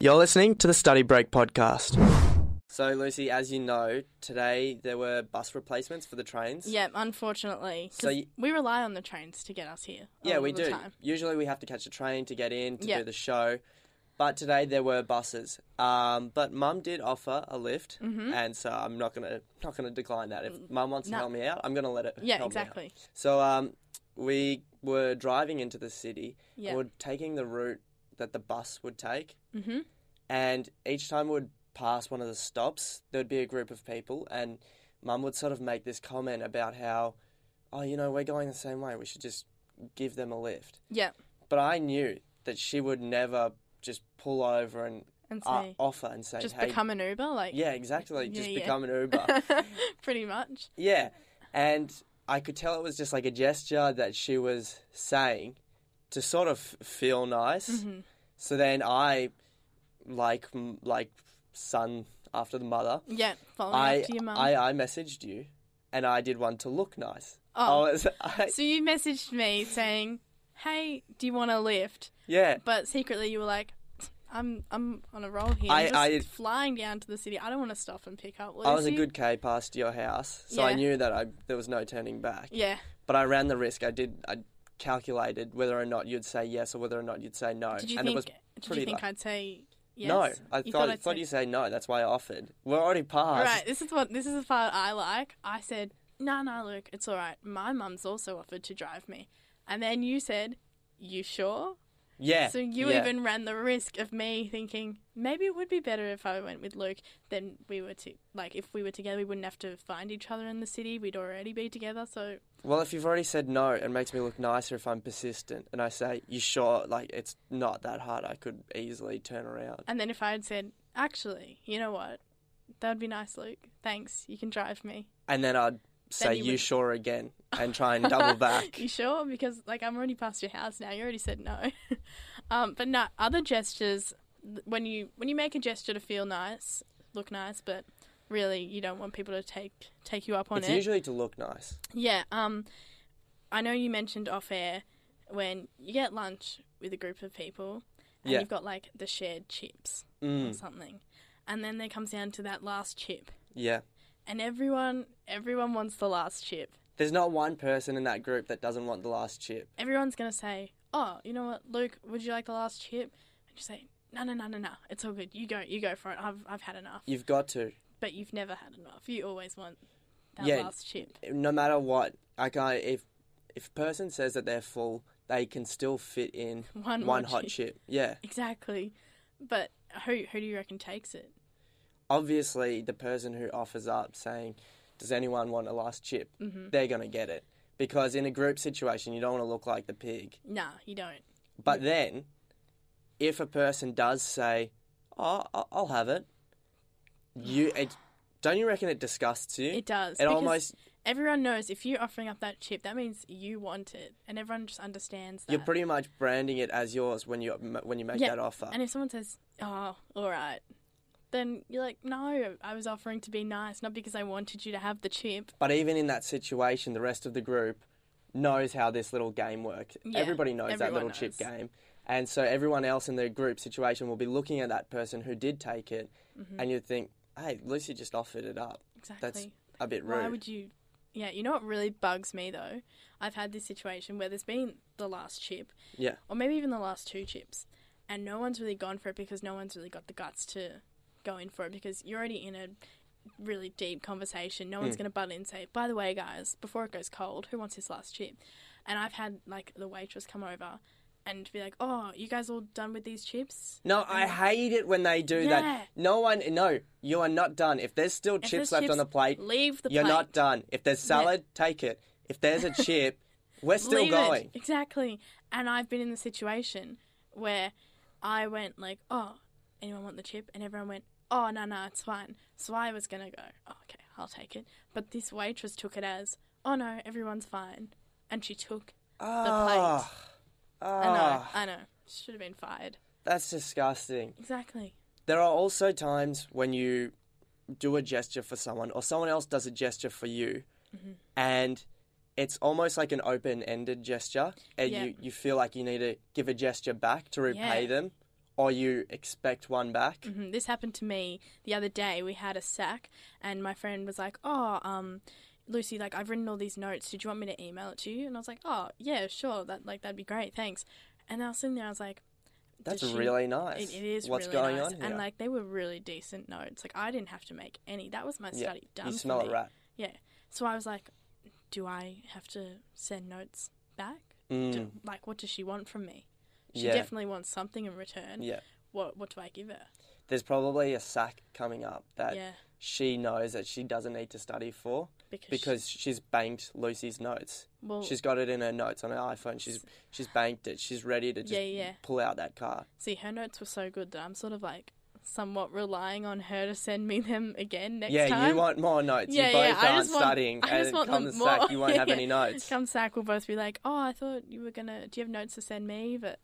You're listening to the Study Break podcast. So, Lucy, as you know, today there were bus replacements for the trains. Yeah, unfortunately. 'cause So you- we rely on the trains to get us here. a Yeah, lot we of the do. time. Usually we have to catch a train to get in to Yeah. do the show. But today there were buses. Um, but Mum did offer a lift, Mm-hmm. and so I'm not gonna not gonna decline that. If Mum wants no. to help me out, I'm gonna let it. Mm, Yeah, help me out. exactly. So um, we were driving into the city. Yeah. We're taking the route that the bus would take, hmm and each time we'd pass one of the stops, there'd be a group of people, and Mum would sort of make this comment about how, oh, you know, we're going the same way. We should just give them a lift. Yeah, But I knew that she would never just pull over and and say, uh, offer and say, just hey, become an Uber, like yeah, exactly, just Yeah, yeah. become an Uber. pretty much. yeah. And I could tell it was just like a gesture that she was saying to sort of feel nice. Mm-hmm. So then I, like, m- like son after the mother, Yeah, following I, up to your mum. I I messaged you, and I did one to look nice. Oh. I was, I, so you messaged me saying, "Hey, do you want a lift?" yeah, But secretly, you were like. I'm I'm on a roll here. I- I'm just I- flying down to the city. I don't want to stop and pick up. Lucy. I was a good K past your house, so I Yeah. knew that I there was no turning back. Yeah. But I ran the risk. I did. I calculated whether or not you'd say yes or whether or not you'd say no. Did you and it think? was did pretty you think low. I'd say yes? no. I You thought, I'd thought say- you say no. That's why I offered. We're already past. Right, this is what this is the part I like. I said, "No, no, Luke, it's all right. My mum's also offered to drive me," and then you said, "You sure?" Yeah. So you yeah. even ran the risk of me thinking maybe it would be better if I went with Luke than we were to like if we were together, we wouldn't have to find each other in the city. We'd already be together. So Well, if you've already said no, it makes me look nicer if I'm persistent and I say, "You sure? Like it's not that hard. I could easily turn around." and then if I had said, "Actually, you know what? That would be nice, Luke. Thanks. You can drive me." And then I'd say, you "You would- sure?" again and try and double back. you sure? Because like I'm already past your house now. You already said no. um, but no, other gestures. th- When you when you make a gesture to feel nice, look nice, but really you don't want people to take take you up on It's it. usually to look nice. yeah. Um, I know you mentioned off air when you get lunch with a group of people and Yeah. you've got like the shared chips or Mm, something, and then there comes down to that last chip, yeah. and everyone everyone wants the last chip. There's not one person in that group that doesn't want the last chip. everyone's gonna say, "Oh, you know what, Luke? Would you like the last chip?" And you say, "No, no, no, no, no. It's all good. You go, you go for it. I've, I've had enough." You've got to, But you've never had enough. You always want that Yeah. last chip. no matter what. Like I, if if a person says that they're full, they can still fit in One one, more hot chip. chip. Yeah, Exactly. But who, who do you reckon takes it? obviously the person who offers up saying, "Does anyone want a last chip?" Mm-hmm. They're gonna get it because in a group situation, you don't want to look like the pig. Nah, you don't. But then, if a person does say, "Oh, I- I'll have it," you it, don't you reckon it disgusts you? It does. It because almost Everyone knows if you're offering up that chip, that means you want it, and everyone just understands that. you're pretty much branding it as yours when you when you make Yeah, that offer. And if someone says, "Oh, all right," then you're like, "No, I was offering to be nice, not because I wanted you to have the chip." But even in that situation, the rest of the group knows how this little game works. Yeah, everybody knows that everyone little chip knows. game. And so everyone else in the group situation will be looking at that person who did take it, Mm-hmm. and you'd think, hey, Lucy just offered it up. Exactly. That's a bit rude. Why would you? Yeah, you know what really bugs me though? I've had this situation where there's been the last chip, Yeah. or maybe even the last two chips, and no one's really gone for it because no one's really got the guts to go in for it because you're already in a really deep conversation. No Hmm. one's going to butt in and say, by the way, guys, before it goes cold, who wants this last chip? And I've had like the waitress come over and be like, oh, you guys all done with these chips? No, I hate it when they do Yeah. that. No one, no, you are not done. If there's still If chips there's left on the plate, Leave the you're plate. not done. If there's salad, take it. If there's a chip, we're still Leave it. going. Exactly. And I've been in the situation where I went like, oh, anyone want the chip? And everyone went, oh, no, no, it's fine. So I was going to go, oh, okay, I'll take it. But this waitress took it as, oh, no, everyone's fine. And she took the plate. Ah, I know, ah, I know. Should have been fired. that's disgusting. Exactly. There are also times when you do a gesture for someone or someone else does a gesture for you Mm-hmm. and it's almost like an open-ended gesture and Yeah. you, you feel like you need to give a gesture back to repay Yeah. them or you expect one back. Mhm. This happened to me the other day. We had a sack, and my friend was like, "Oh, um, Lucy, like I've written all these notes. Did you want me to email it to you?" And I was like, "Oh, yeah, sure. That like that'd be great. Thanks." And I was sitting there. I was like, That's "Does she- really nice. It, it is What's really going nice. on here? And like they were really decent notes. Like I didn't have to make any. That was my Yeah. study done. you for smell me. a rat. So I was like, "Do I have to send notes back? Mm, Do- like, what does she want from me? She yeah, definitely wants something in return. yeah. What What do I give her? There's probably a sack coming up that yeah, she knows that she doesn't need to study for because because she's banked Lucy's notes. well, She's got it in her notes on her iPhone. She's she's banked it. She's ready to just Yeah, yeah. pull out that card. See, her notes were so good that I'm sort of like somewhat relying on her to send me them again next yeah, time. you want more notes. Yeah, you both yeah, I aren't just want- studying. I just and want come them the sack, more. you won't have Yeah. any notes. Come sack, we'll both be like, "Oh, I thought you were gonna. Do you have notes to send me?" But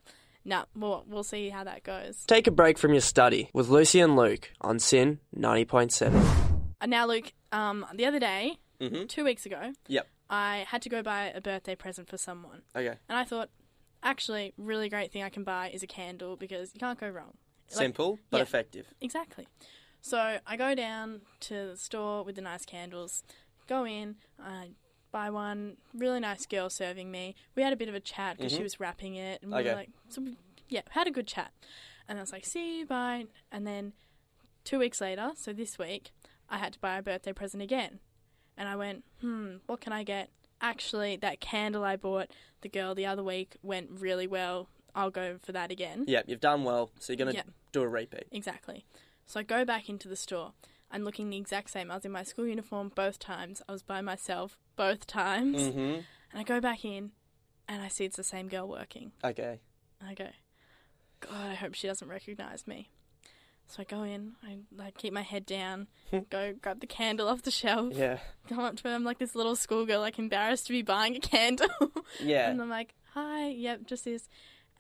nah, we'll we'll see how that goes. Take a break from your study with Lucy and Luke on Sin 90.7. Uh, now, Luke, um, the other day, Mhm. two weeks ago, Yep. I had to go buy a birthday present for someone, Okay, and I thought, actually, really great thing I can buy is a candle because you can't go wrong. simple but yeah. effective. Exactly. So I go down to the store with the nice candles, go in, I buy one. Really nice girl serving me. We had a bit of a chat because she was wrapping it, and we Okay. were like, so we, yeah, had a good chat. And I was like, see you, bye. And then two weeks later, so this week, I had to buy a birthday present again, and I went, hmm, what can I get? Actually, that candle I bought the girl the other week went really well. I'll go for that again. Yep, you've done well, so you're going to Yep. do a repeat. Exactly. So I go back into the store. I'm looking the exact same. I was in my school uniform both times. I was by myself both times. Mm-hmm. And I go back in and I see it's the same girl working. Okay. And I go, God, I hope she doesn't recognize me. So I go in, I like keep my head down, go grab the candle off the shelf, Yeah. go up to her. I'm like this little schoolgirl, like embarrassed to be buying a candle. Yeah. And uh, I'm like, hi, yep, just this.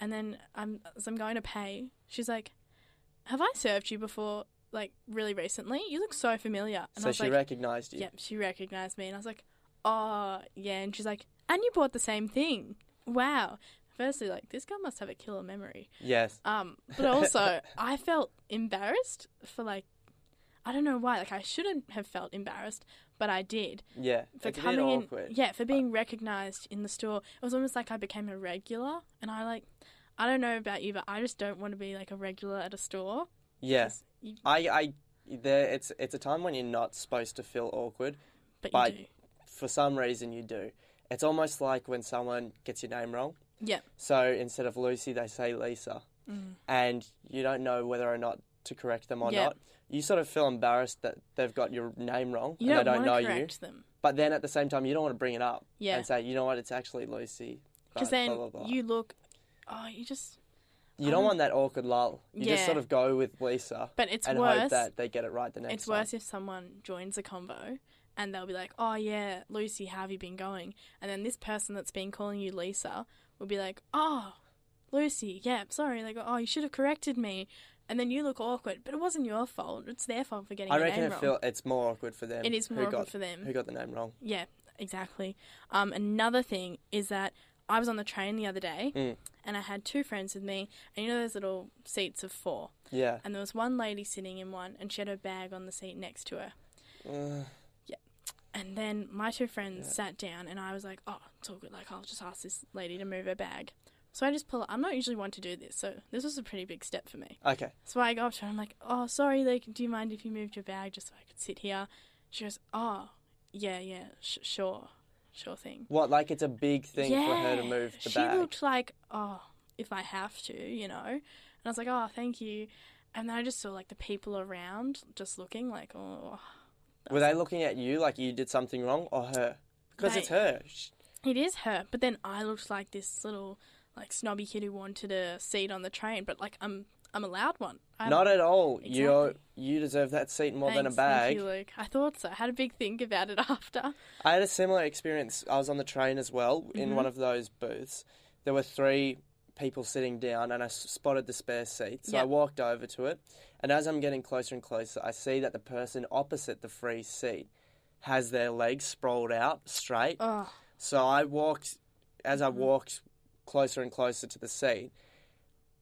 And then I'm, as I'm going to pay, she's like, have I served you before, like, really recently? You look so familiar. And I so was she like, recognized you. yep, she recognized me. And I was like, oh, yeah. And she's like, and you bought the same thing. Wow. Firstly, like, this girl must have a killer memory. Yes. Um, but also, I felt embarrassed for, like, I don't know why. Like, I shouldn't have felt embarrassed, but I did Yeah. for it's coming a bit in, awkward. yeah, for being recognized in the store. It was almost like I became a regular, and I like, I don't know about you, but I just don't want to be like a regular at a store. Yeah. 'Cause you- I, I, there, it's, it's a time when you're not supposed to feel awkward. but But- you do. For some reason, you do. It's almost like when someone gets your name wrong. Yeah. So instead of Lucy, they say Lisa. Mm. And you don't know whether or not to correct them or Yeah. not. You sort of feel embarrassed that they've got your name wrong You and don't, they don't know want to you. correct them. But then at the same time, you don't want to bring it up Yeah, and say, you know what, it's actually Lucy. because blah, then blah, blah, blah." you look, oh, you just. You don't Um, want that awkward lull. You just yeah. sort of go with Lisa But it's and hope worse. that they get it right the next It's time. worse if someone joins a convo and they'll be like, "Oh yeah, Lucy, how have you been going?" And then this person that's been calling you Lisa will be like, "Oh, Lucy, yeah, sorry, like, oh, you should have corrected me." And then you look awkward, but it wasn't your fault. It's their fault for getting I your reckon name it wrong. feel, it's more awkward for them. it is more who got, awkward for them. Who got the name wrong? Yeah, exactly. Um, another thing is that I was on the train the other day Mm. and I had two friends with me, and you know those little seats of four. Yeah. And there was one lady sitting in one, and she had her bag on the seat next to her. Uh, And then my two friends Yeah. sat down, and I was like, "Oh, it's all good. Like, I'll just ask this lady to move her bag." So I just pull. I'm not usually one to do this, so this was a pretty big step for me. okay. So I go up to her. I'm like, "Oh, sorry. Like, do you mind if you moved your bag just so I could sit here?" She goes, "Oh, yeah, yeah, sh- sure, sure thing." What, like it's a big thing for her to Yeah. move the she bag? looked like, "Oh, if I have to, you know." And I was like, "Oh, thank you." And then I just saw like the people around just looking like, "Oh, Were they looking at you like you did something wrong or her? Because They- it's her. Sh- It is her, but then I looked like this little like snobby kid who wanted a seat on the train, but like I'm I'm a loud one. I'm, Not at all. You're, Um, Exactly. you deserve that seat more than a Thanks, thank bag. you, Luke. I thought so. I had a big think about it after. I had a similar experience. I was on the train as well in Mhm. one of those booths. There were three people sitting down, and I s- spotted the spare seat. So I Yep. walked over to it, and as I'm getting closer and closer, I see that the person opposite the free seat has their legs sprawled out straight. Oh, So I walked, as I Mhm. walked closer and closer to the seat,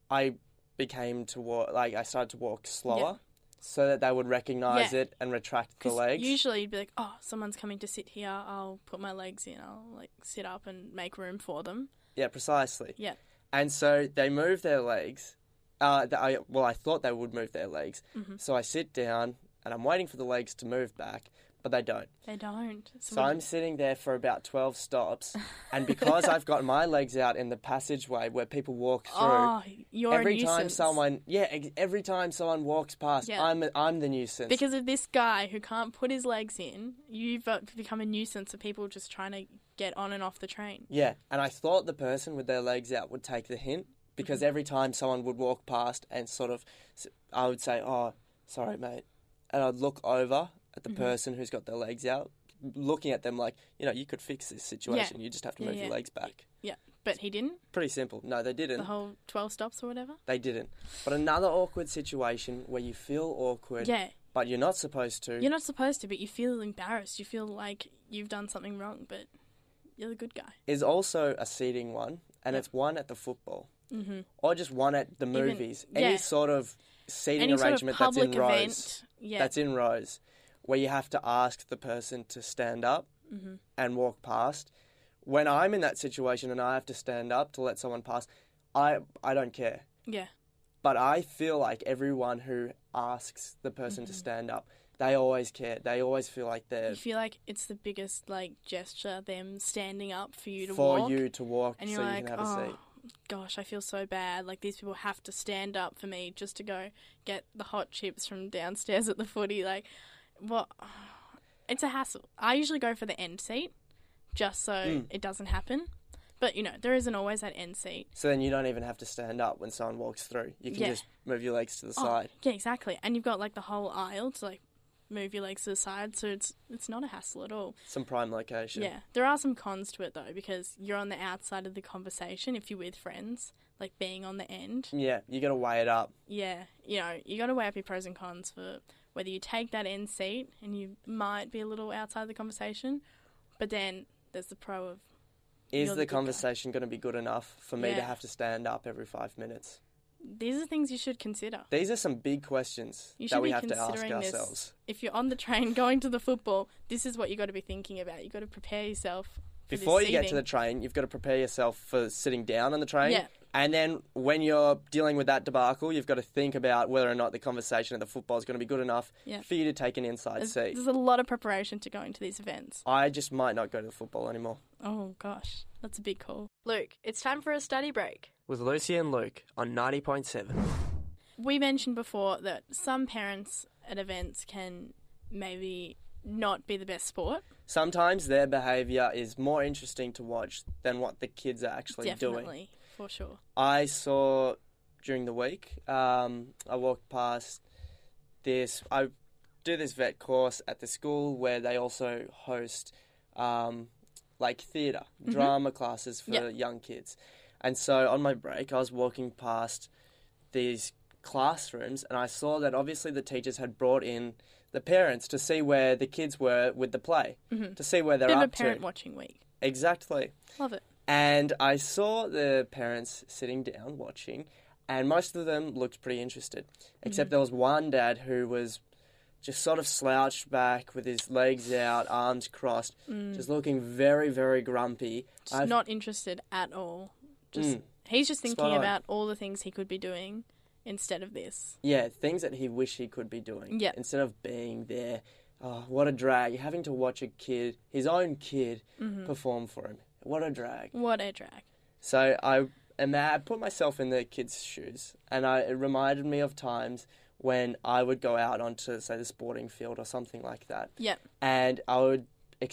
I became to walk like I started to walk slower so that they would recognize Yeah. it and retract the 'Cause legs. Usually you'd be like, oh, someone's coming to sit here. I'll put my legs in. I'll like sit up and make room for them. yeah, precisely. Yeah. And so they move their legs. Uh, th- I, well, I thought they would move their legs. Mhm. So I sit down and I'm waiting for the legs to move back, but they don't. They don't. So So what- I'm sitting there for about 12 stops. And because I've got my legs out in the passageway where people walk through, oh, you're a every nuisance. time someone, yeah, ex- every time someone walks past, Yeah. I'm, I'm the nuisance. Because of this guy who can't put his legs in, you've uh, become a nuisance of people just trying to get on and off the train. Yeah, and I thought the person with their legs out would take the hint because Mm-hmm. every time someone would walk past and sort of, s- I would say, "Oh, sorry, mate," and I'd look over at Mm-hmm. the person who's got their legs out, looking at them like, you know, you could fix this situation. You just have to Yeah, move yeah. your legs back. But he didn't. Pretty simple. No, they The didn't. whole 12 stops or whatever. They didn't. But another awkward situation where you feel awkward, Yeah. but you're not supposed to. You're not supposed to, but you feel embarrassed. You feel like you've done something wrong, but you're the good guy. Is also a seating one, and Yeah. it's one at the football. Mm-hmm. or just one at the Even- movies. yeah. Any sort of seating Any sort of arrangement that's in public rows. event. Yeah. That's in rows, where you have to ask the person to stand up Mhm. and walk past. When I'm in that situation and I have to stand up to let someone pass, I I don't care. yeah. But I feel like everyone who asks the person Mm-hmm. to stand up, they always care. They always feel like they're You feel like it's the biggest like gesture, them standing up for you to for walk. you to walk and so you're you like, can have a oh, seat. gosh, I feel so bad. Like these people have to stand up for me just to go get the hot chips from downstairs at the footy. Like, what? It's a hassle. I usually go for the end seat, just so Mm. it doesn't happen. But you know, there isn't always that end seat. So then you don't even have to stand up when someone walks through. You can Yeah. just move your legs to the Oh, side. yeah, exactly. And you've got like the whole aisle to like move your legs to the side, so it's it's not a hassle at all. Some prime location. Yeah, there are some cons to it though because you're on the outside of the conversation if you're with friends, like being on the end. Yeah, you got to weigh it up. Yeah, you know, you got to weigh up your pros and cons for whether you take that end seat and you might be a little outside the conversation, but then there's the pro of Is You're the the good guy. conversation going to be good enough for me to Yeah. have to stand up every five minutes? these are things you should consider. These are some big questions You should that we be have to ask considering this. ourselves If you're on the train going to the football, this is what you got to be thinking about. You got to prepare yourself for this before you get to seating. the train. You've got to prepare yourself for sitting down on the train, Yeah. and then when you're dealing with that debacle, you've got to think about whether or not the conversation at the football is going to be good enough Yeah. for you to take an inside There's, seat. there's a lot of preparation to go into these events. I just might not go to the football anymore. Oh gosh, that's a big call. Luke, it's time for a study break. With Lucy and Luke on ninety point seven. We mentioned before that some parents at events can maybe not be the best sport. Sometimes their behaviour is more interesting to watch than what the kids are actually Definitely, doing. for sure. I saw during the week. Um, I walked past this. I do this vet course at the school where they also host um, like theater drama classes for Mm-hmm. Yeah. young kids. And so on my break, I was walking past these classrooms, and I saw that obviously the teachers had brought in the parents to see where the kids were with the play, to see where they're Bit of a up Mm-hmm. parent to. watching week. Exactly. Love it. And I saw the parents sitting down watching, and most of them looked pretty interested. Except Mm. there was one dad who was just sort of slouched back with his legs out, arms crossed, just looking very, very grumpy. Mm. Just not interested at all. Just Mm. he's just thinking Spot on. about all the things he could be doing instead of this. Yeah, things that he wished he could be doing. Yeah. Instead of being there. Oh, what a drag. Having to watch a kid, his own kid, Mm-hmm. perform for him. What a drag. What a drag. So I and I put myself in the kids' shoes, and I, it reminded me of times when I would go out onto, say, the sporting field or something like that, Yeah. and I would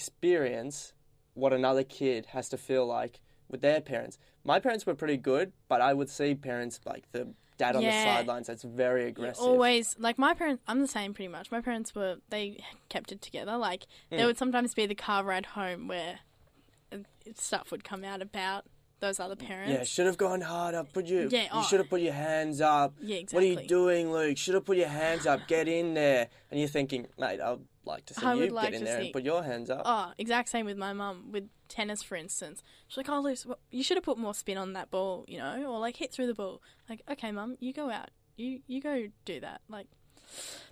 experience what another kid has to feel like with their parents. My parents were pretty good, but I would see parents like the dad on Yeah. the sidelines that's very aggressive. Always like my parents. I'm the same pretty much. My parents were they kept it together. Like Mm. there would sometimes be the car ride home where uh, stuff would come out about the those other Yeah, parents. should have gone harder. Put your Yeah, oh. you should have put your hands up. Yeah, What are exactly. you doing, Luke? Should have put your hands up. Get in there. And you're thinking, mate, I'd like to see I you would get like in to there see- and put your hands up. Oh, exact same with my mum with tennis, for instance. She's like, "Oh, Luce, wha- you should have put more spin on that ball, you know, or like hit through the ball." Like, okay, mum, you go out, you you go do that. Like,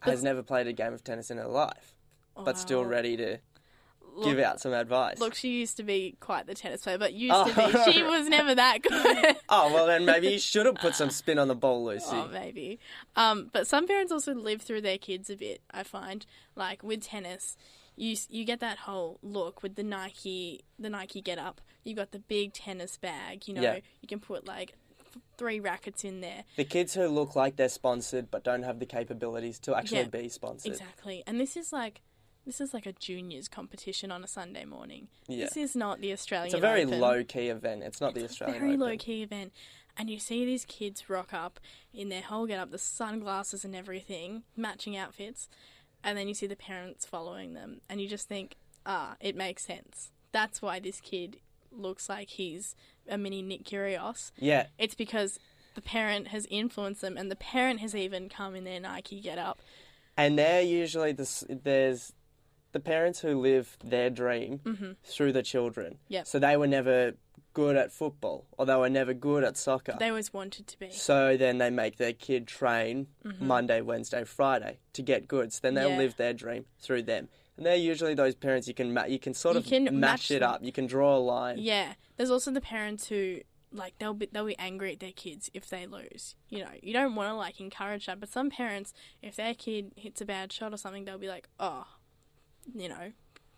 Has never played a game of tennis in her life, but still wow. ready to Look- give out some advice. Look, she used to be quite the tennis player, but used Oh, to be. She right. was never that good. Oh well, then maybe you should have put some spin on the ball, Lucy. Oh, maybe. Um, but some parents also live through their kids a bit. I find, like with tennis, you s- you get that whole look with the Nike the Nike get up. You got the big tennis bag. You know, Yeah. you can put like th- three rackets in there. The kids who look like they're sponsored but don't have the capabilities to actually Yeah, be sponsored. Exactly. And this is like. This is like a juniors competition on a Sunday morning. Yeah. This is not the Australian. It's a very Open. low key event. It's not the Australian very Open. low key event, and you see these kids rock up in their whole get up, the sunglasses and everything, matching outfits, and then you see the parents following them, and you just think, ah, it makes sense. That's why this kid looks like he's a mini Nick Curios. Yeah, It's because the parent has influenced them, and the parent has even come in their Nike get up. and they're usually the, s- there's the parents who live their dream through the children. Mm-hmm. Yep. So they were never good at football, or they were never good at soccer. They always wanted to be. so then they make their kid train Monday, Wednesday, Friday to get good. So then they'll Mm-hmm. Yeah. live their dream through them. And they're usually those parents you can ma- you can sort You of can match match it them. up. You can draw a line. Yeah, there's also the parents who like they'll be they'll be angry at their kids if they lose. You know, you don't want to like encourage that, but some parents, if their kid hits a bad shot or something, they'll be like, oh, you know,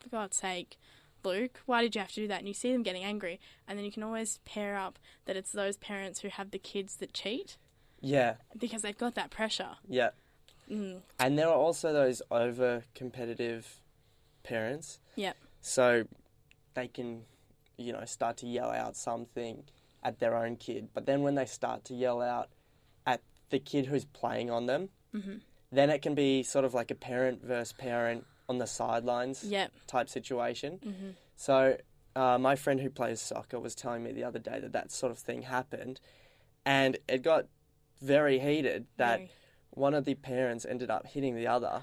for God's sake. Luke, why did you have to do that? And you see them getting angry, and then you can always pair up that it's those parents who have the kids that cheat Yeah. because they've got that pressure. Yeah. Mm. And there are also those over competitive parents. Yep. So they can, you know, start to yell out something at their own kid. But then when they start to yell out at the kid who's playing on them, then it can be sort of like a parent versus parent on the sidelines Yep. type situation. So, uh, my friend who plays soccer was telling me the other day that that sort of thing happened, and it got very heated that Very. one of the parents ended up hitting the other,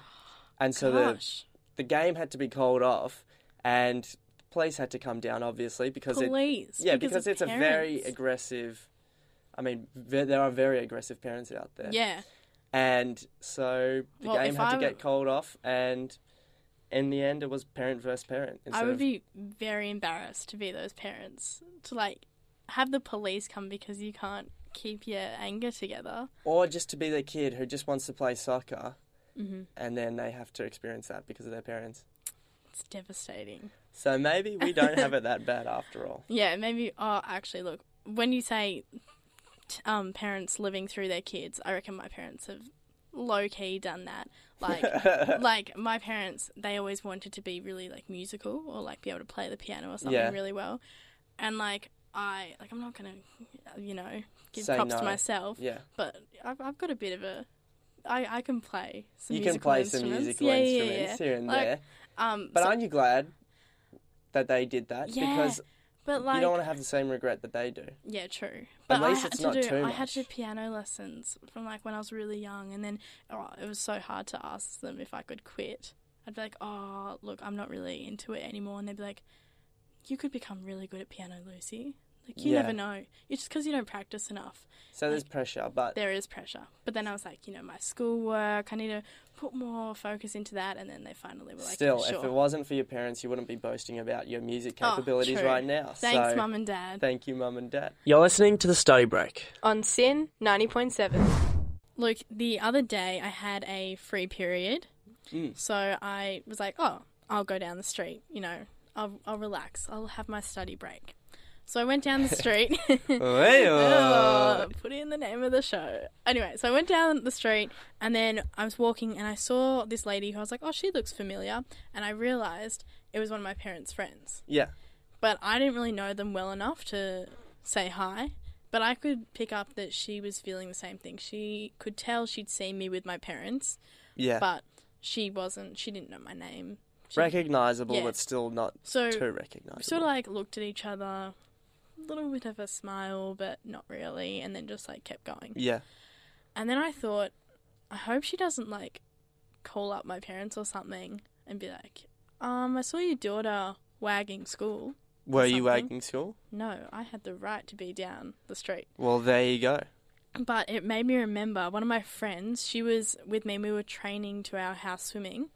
and so the Gosh. the game had to be called off, and the police had to come down obviously because it, Please. yeah because, of it's a very parents. aggressive. I mean, ve- there are very aggressive parents out there. Yeah. And so the Well, game if had to I- get called off, and in the end, it was parent versus parent. I instead would of- be very embarrassed to be those parents to like have the police come because you can't keep your anger together. or just to be the kid who just wants to play soccer, Mm-hmm. and then they have to experience that because of their parents. It's devastating. So maybe we don't have it that bad after all. Yeah, maybe. Oh, actually, look. When you say t- um, parents living through their kids, I reckon my parents have low key done that. Like, like my parents, they always wanted to be really like musical or like be able to play the piano or something Yeah. really well. And like I, like I'm not gonna, you know, give Say props no. to myself. yeah. but I've, I've got a bit of a I, I can play some you can musical play instruments. some musical yeah, yeah, instruments yeah. here and Like, there. um But so- aren't you glad that they did that? Yeah, because but like you don't want to have the same regret that they do. yeah true but least I had it's to not do too I had to do much. piano lessons from like when I was really young and then oh it was so hard to ask them if I could quit I'd be like oh look I'm not really into it anymore and they'd be like you could become really good at piano Lucy like you Yeah. never know it's just because you don't practice enough So there's pressure, but there is pressure. But then I was like, you know, my schoolwork, I need to put more focus into that. And then they finally were like, still, sure. if it wasn't for your parents, you wouldn't be boasting about your music Oh, capabilities true. right now. Thanks, so mum and dad. thank you, mum and dad. You're listening to the study break. On Sin 90.7. Look, the other day I had a free period. Mm. So I was like, oh, I'll go down the street, you know, I'll, I'll relax, I'll have my study break. So I went down the street. Oh, put in the name of the show. Anyway, so I went down the street and then I was walking and I saw this lady who I was like, oh, she looks familiar. And I realized it was one of my parents' friends. Yeah. But I didn't really know them well enough to say hi. But I could pick up that she was feeling the same thing. She could tell she'd seen me with my parents, Yeah. but she wasn't, she didn't know my name. She- recognizable, Yeah. but still not So too we recognizable. sort of like looked at each other, little bit of a smile, but not really, and then just like kept going. Yeah. And then I thought, I hope she doesn't like call up my parents or something and be like, um, I saw your daughter wagging school. Were you Something. wagging school? No, I had the right to be down the street. Well, there you go. But it made me remember one of my friends, she was with me, and we were training to our house swimming,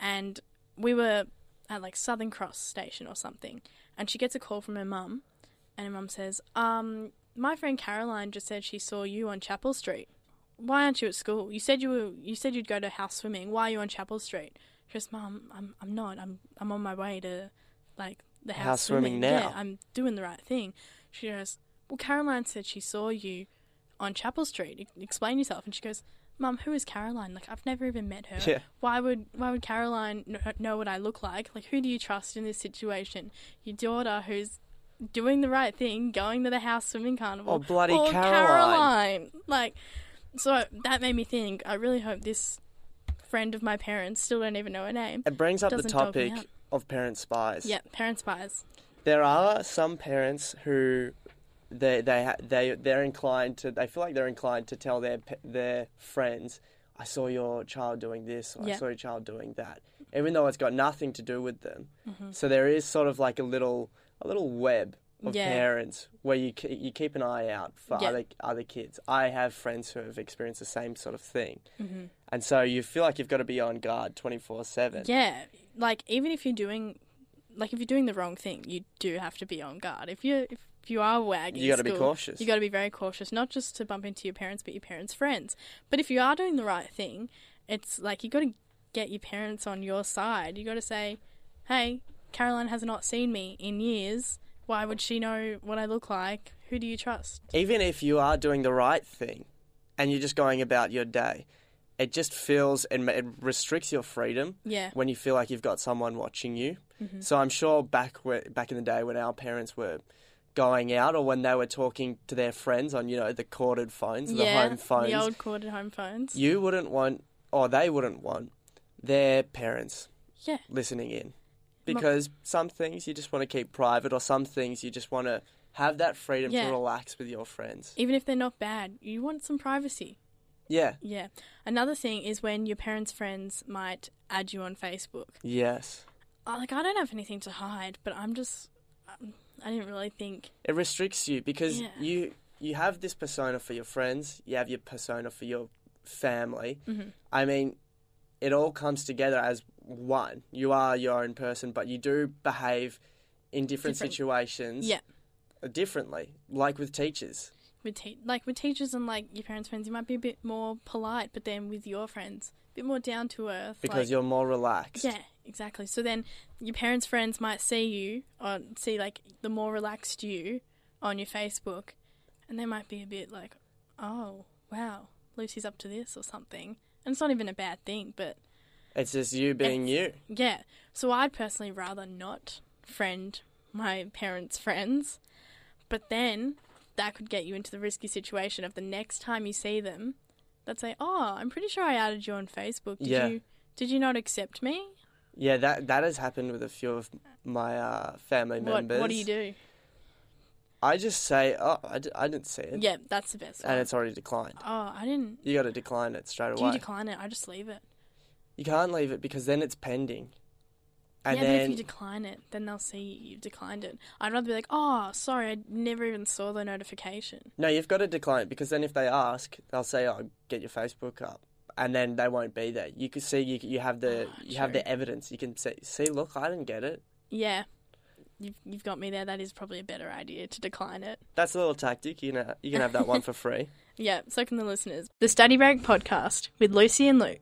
and we were at like Southern Cross station or something, and she gets a call from her mum, and her mum says, um, my friend Caroline just said she saw you on Chapel Street. Why aren't you at school? You said you were, you said you'd go to house swimming. Why are you on Chapel Street? She goes, Mum, I'm I'm not. I'm I'm on my way to like the house, House swimming now." Yeah, I'm doing the right thing. She goes, Well Caroline said she saw you on Chapel Street. E- Explain yourself and she goes, Mum, who is Caroline? Like I've never even met her. Yeah. Why would why would Caroline kn- know what I look like? Like who do you trust in this situation? Your daughter who's doing the right thing, going to the house swimming carnival. Oh, bloody or Caroline. Caroline. Like, so that made me think. I really hope this friend of my parents still don't even know her name. It brings up the Doesn't dog me topic out. of parent spies. Yeah, parent spies. There are some parents who they they ha- they they're inclined to they feel like they're inclined to tell their pe- their friends, I saw your child doing this, or I Yeah. saw your child doing that, even though it's got nothing to do with them. Mm-hmm. So there is sort of like a little a little web of Yeah. parents where you ke- you keep an eye out for Yeah. other other kids. I have friends who have experienced the same sort of thing, Mm-hmm. and so you feel like you've got to be on guard twenty four seven. Yeah, like even if you're doing, like if you're doing the wrong thing, you do have to be on guard. If you if you are wagging, You gotta be school, cautious. You got to be very cautious, not just to bump into your parents, but your parents' friends. But if you are doing the right thing, it's like you got to get your parents on your side. You got to say, "Hey, Caroline has not seen me in years. Why would she know what I look like? Who do you trust?" even if you are doing the right thing and you're just going about your day, it just feels and ma- it restricts your freedom Yeah. Mm-hmm. when you feel like you've got someone watching you. So I'm sure back where, back in the day when our parents were going out or when they were talking to their friends on you know the corded phones, yeah, the home phones, the old corded home phones. you wouldn't want or they wouldn't want their parents Yeah. listening in because some things you just want to keep private or some things you just want to have that freedom Yeah. to relax with your friends. Even if they're not bad, you want some privacy. Yeah. Yeah. Another thing is when your parents' friends might add you on Facebook. Yes. I- Like, I don't have anything to hide, but I'm just. um, I didn't really think. it restricts you because Yeah. you you have this persona for your friends, you have your persona for your family. Mm-hmm. I mean, it all comes together as one. You are your own person, but you do behave in different, Different. situations Yeah. differently, like with teachers. With te- like with teachers and like your parents' friends, you might be a bit more polite, but then with your friends, a bit more down to earth. Because like, you're more relaxed. yeah, exactly. So then your parents' friends might see you or see like the more relaxed you on your Facebook, and they might be a bit like, "Oh, wow, Lucy's up to this" or something. And it's not even a bad thing, but It's just you being you. Yeah. So I'd personally rather not friend my parents' friends. But then that could get you into the risky situation of the next time you see them, they'd say, "Oh, I'm pretty sure I added you on Facebook. Did Yeah. you did you not accept me? Yeah, that that has happened with a few of my uh, family What members. what do you do?" I just say, oh, I, d- I didn't see it. Yeah, that's the best. And one. it's already declined. oh, I didn't. You got to decline it straight Do away. you decline it? I just leave it. You can't leave it because then it's pending. And yeah, but if then you decline it, then they'll see you've declined it. I'd rather be like, "Oh, sorry, I never even saw the notification." no, you've got to decline it because then if they ask, they'll say, "Oh, get your Facebook up," and then they won't be there. You can see you, you have the Ah, you have true. the evidence. You can say, "See, look, I didn't get it." Yeah. You've, you've got me there. That is probably a better idea to decline it. That's a little tactic. You know, you can have that one for free. Yeah, so can the listeners. The Study Break Podcast with Lucy and Luke.